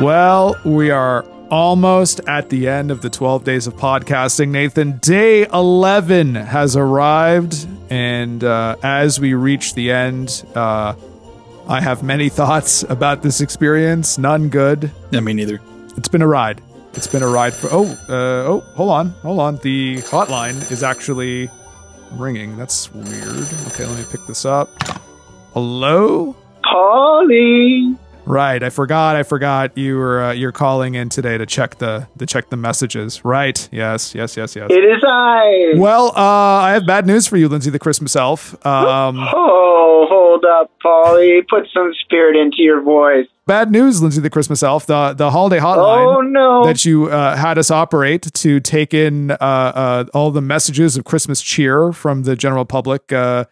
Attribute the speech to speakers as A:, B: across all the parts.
A: Well, we are almost at the end of the 12 days of podcasting, Nathan. Day 11 has arrived, and uh, as we reach the end, uh, I have many thoughts about this experience. None good.
B: Yeah, me neither.
A: It's been a ride. It's been a ride for. Oh, uh, oh, hold on, hold on. The hotline is actually ringing. That's weird. Okay, let me pick this up. Hello.
C: Calling.
A: Right, I forgot. I forgot you were uh, you're calling in today to check the to check the messages. Right? Yes, yes, yes, yes.
C: It is I.
A: Well, uh, I have bad news for you, Lindsay the Christmas Elf. Um,
C: Oh, hold up, Polly. Put some spirit into your voice.
A: bad news, Lindsay the Christmas Elf. The the holiday
C: Oh
A: hotline
C: no.
A: that you uh, had us operate to take in uh, uh, all the messages of Christmas cheer from the general public. Uh,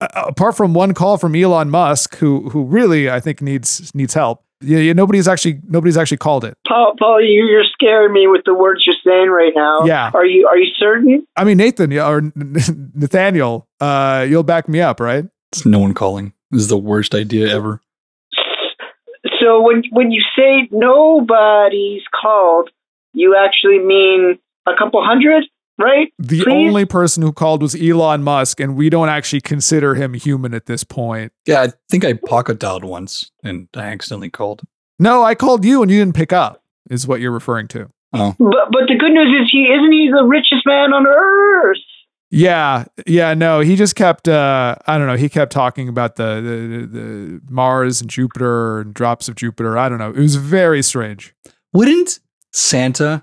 A: a- apart from one call from Elon Musk, who who really I think needs needs help. Yeah, yeah, nobody's actually nobody's actually called it.
C: Paul, Polly, you, you're scaring me with the words you're saying right now.
A: Yeah.
C: Are you Are you certain?
A: I mean, Nathan yeah, or Nathaniel, uh, you'll back me up, right?
B: It's no one calling. This is the worst idea ever.
C: So when when you say nobody's called, you actually mean a couple hundred, right?
A: The
C: Please?
A: only person who called was Elon Musk, and we don't actually consider him human at this point.
B: Yeah, I think I pocket dialed once and I accidentally called.
A: No, I called you and you didn't pick up, is what you're referring to.
C: But but the good news is he isn't he the richest man on earth.
A: Yeah, yeah, no, he just kept uh I don't know, he kept talking about the the, the Mars and Jupiter and drops of Jupiter. I don't know. It was very strange.
B: Wouldn't Santa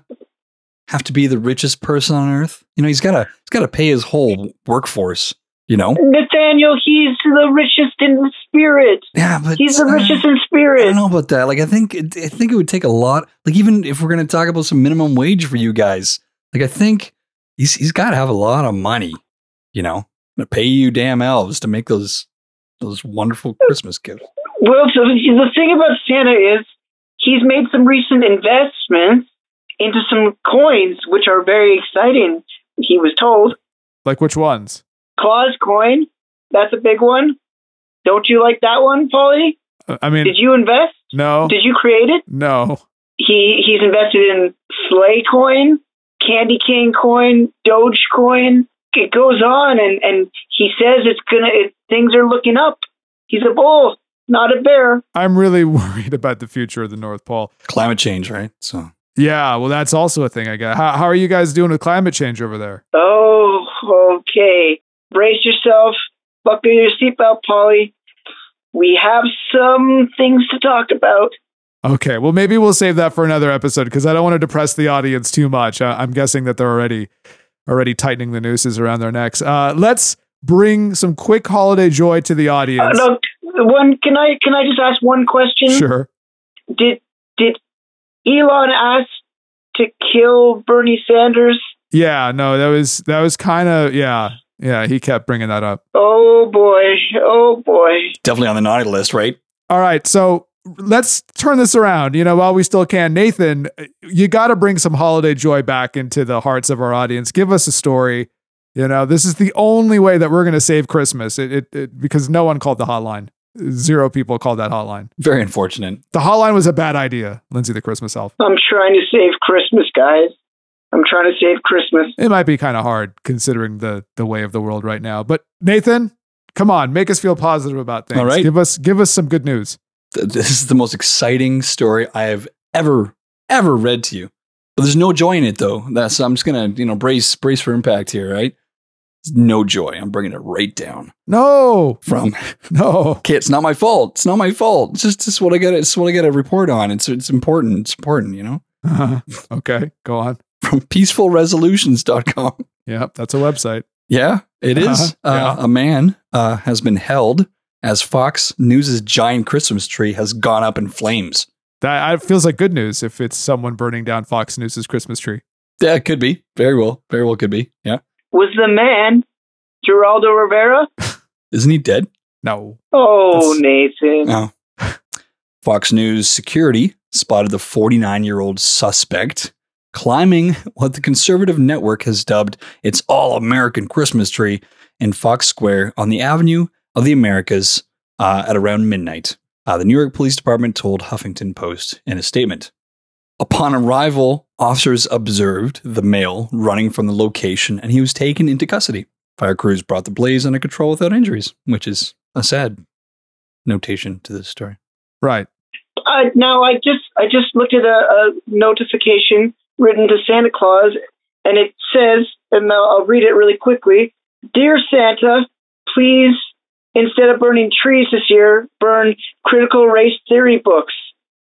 B: have to be the richest person on earth? You know, he's gotta he's gotta pay his whole workforce, you know?
C: Nathaniel, he's the richest in spirit.
B: Yeah, but
C: He's the
B: uh,
C: richest in
B: I
C: spirit.
B: don't know about that. Like, I think it- I think it would take a lot. Like, even if we're going to talk about some minimum wage for you guys, like I think he's he's got to have a lot of money, you know, to pay you damn elves to make those those wonderful Christmas gifts.
C: Well, so the thing about Santa is he's made some recent investments into some coins, which are very exciting. He was told
A: Like which ones?
C: Claus coin. That's a big one. Don't you like that one, Polly?
A: Uh, I mean,
C: Did you invest?
A: no.
C: Did you create it?
A: No.
C: He he's invested in Slay coin, Candy Cane coin, Doge coin. It goes on, and and he says it's gonna. It, things are looking up. He's a bull, not a bear.
A: I'm really worried about the future of the North Pole.
B: Climate change, right? So
A: Yeah, well that's also a thing I got. How how are you guys doing with climate change over there?
C: Oh, okay. Brace yourself. Buckle your seatbelt, Polly. We have some things to talk about.
A: Okay, well, maybe we'll save that for another episode because I don't want to depress the audience too much. I- I'm guessing that they're already already tightening the nooses around their necks. Uh, let's bring some quick holiday joy to the
C: Uh,
A: audience.
C: no, one. Can I can I just ask one question?
A: Sure.
C: Did did Elon ask to kill Bernie Sanders?
A: Yeah. No, that was that was kind of yeah yeah. He kept bringing that up.
C: Oh boy! Oh boy!
B: definitely on the naughty list, right?
A: All right, so let's turn this around. You know, while we still can, Nathan, you got to bring some holiday joy back into the hearts of our audience. Give us a story. You know, this is the only way that we're going to save Christmas. It, it, it because no one called the hotline. Zero people called that hotline.
B: Very unfortunate.
A: The hotline was a bad idea, Lindsay the Christmas elf.
C: I'm trying to save Christmas, guys. I'm trying to save Christmas.
A: It might be kind of hard considering the the way of the world right now. But Nathan, come on, make us feel positive about things.
B: All right.
A: Give us give us some good news.
B: Th- This is the most exciting story I have ever ever read to you. But there's no joy in it, though. That's I'm just gonna you know brace brace for impact here, right? There's no joy. I'm bringing it right down
A: No.
B: from
A: No.
B: okay, it's not my fault. It's not my fault. It's just, it's what I got. It's what I got to report on. It's it's important. It's important, you know.
A: okay, go on.
B: From peacefulresolutions.com.
A: Yep, that's a website.
B: Yeah, it is.
A: Uh-huh.
B: Uh, A man uh, has been held as Fox News' giant Christmas tree has gone up in flames.
A: That it feels like good news if it's someone burning down Fox News's Christmas tree.
B: Yeah, it could be. Very well. Very well could be. Yeah.
C: Was the man Geraldo Rivera?
B: Isn't he dead?
A: No.
C: Oh,
B: That's-
C: Nathan.
B: No. Fox News security spotted the 49 year old suspect climbing what the conservative network has dubbed its all American Christmas tree in Fox Square on the Avenue of the Americas uh, at around midnight. Uh, the New York Police Department told Huffington Post in a statement. Upon arrival, officers observed the male running from the location and he was taken into custody. Fire crews brought the blaze under control without injuries, which is a sad notation to this story.
A: Right.
C: Uh, now I just I just looked at a, a notification written to Santa Claus, and it says, and I'll, I'll read it really quickly. Dear Santa, please instead of burning trees this year, burn critical race theory books.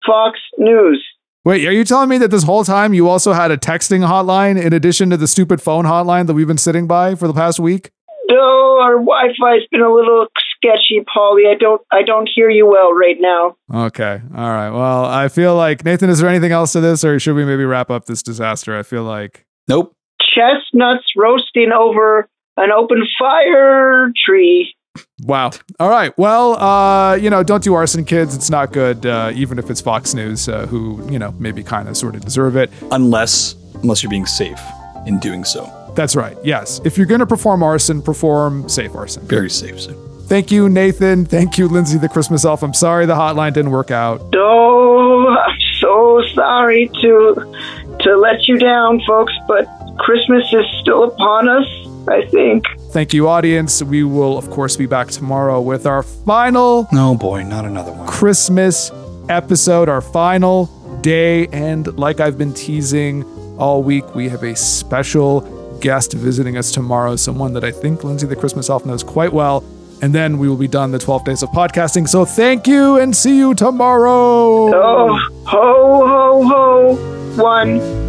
C: Fox News.
A: Wait, are you telling me that this whole time you also had a texting hotline in addition to the stupid phone hotline that we've been sitting by for the past week?
C: No, our Wi-Fi's been a little sketchy, Polly. I don't, I don't hear you well right now.
A: Okay. All right. Well, I feel like Nathan, is there anything else to this or should we maybe wrap up this disaster? I feel like
B: Nope.
C: Chestnuts roasting over an open fire tree.
A: Wow. All right. Well, uh, you know, don't do arson, kids. It's not good, uh, even if it's Fox News, uh, who, you know, maybe kind of sort of deserve it.
B: Unless, unless you're being safe in doing so.
A: That's right. Yes. If you're going to perform arson, perform safe arson.
B: Very safe. So.
A: Thank you, Nathan. Thank you, Lindsay, the Christmas elf. I'm sorry the hotline didn't work out.
C: Oh, I'm so sorry to to let you down, folks. But Christmas is still upon us. I think.
A: Thank you, audience. We will, of course, be back tomorrow with our final
B: No boy, not another one.
A: Christmas episode, our final day. And like I've been teasing all week, we have a special guest visiting us tomorrow, someone that I think Lindsay the Christmas Elf knows quite well. And then we will be done the 12 days of podcasting. So thank you and see you tomorrow.
C: Oh, ho, ho, ho! One.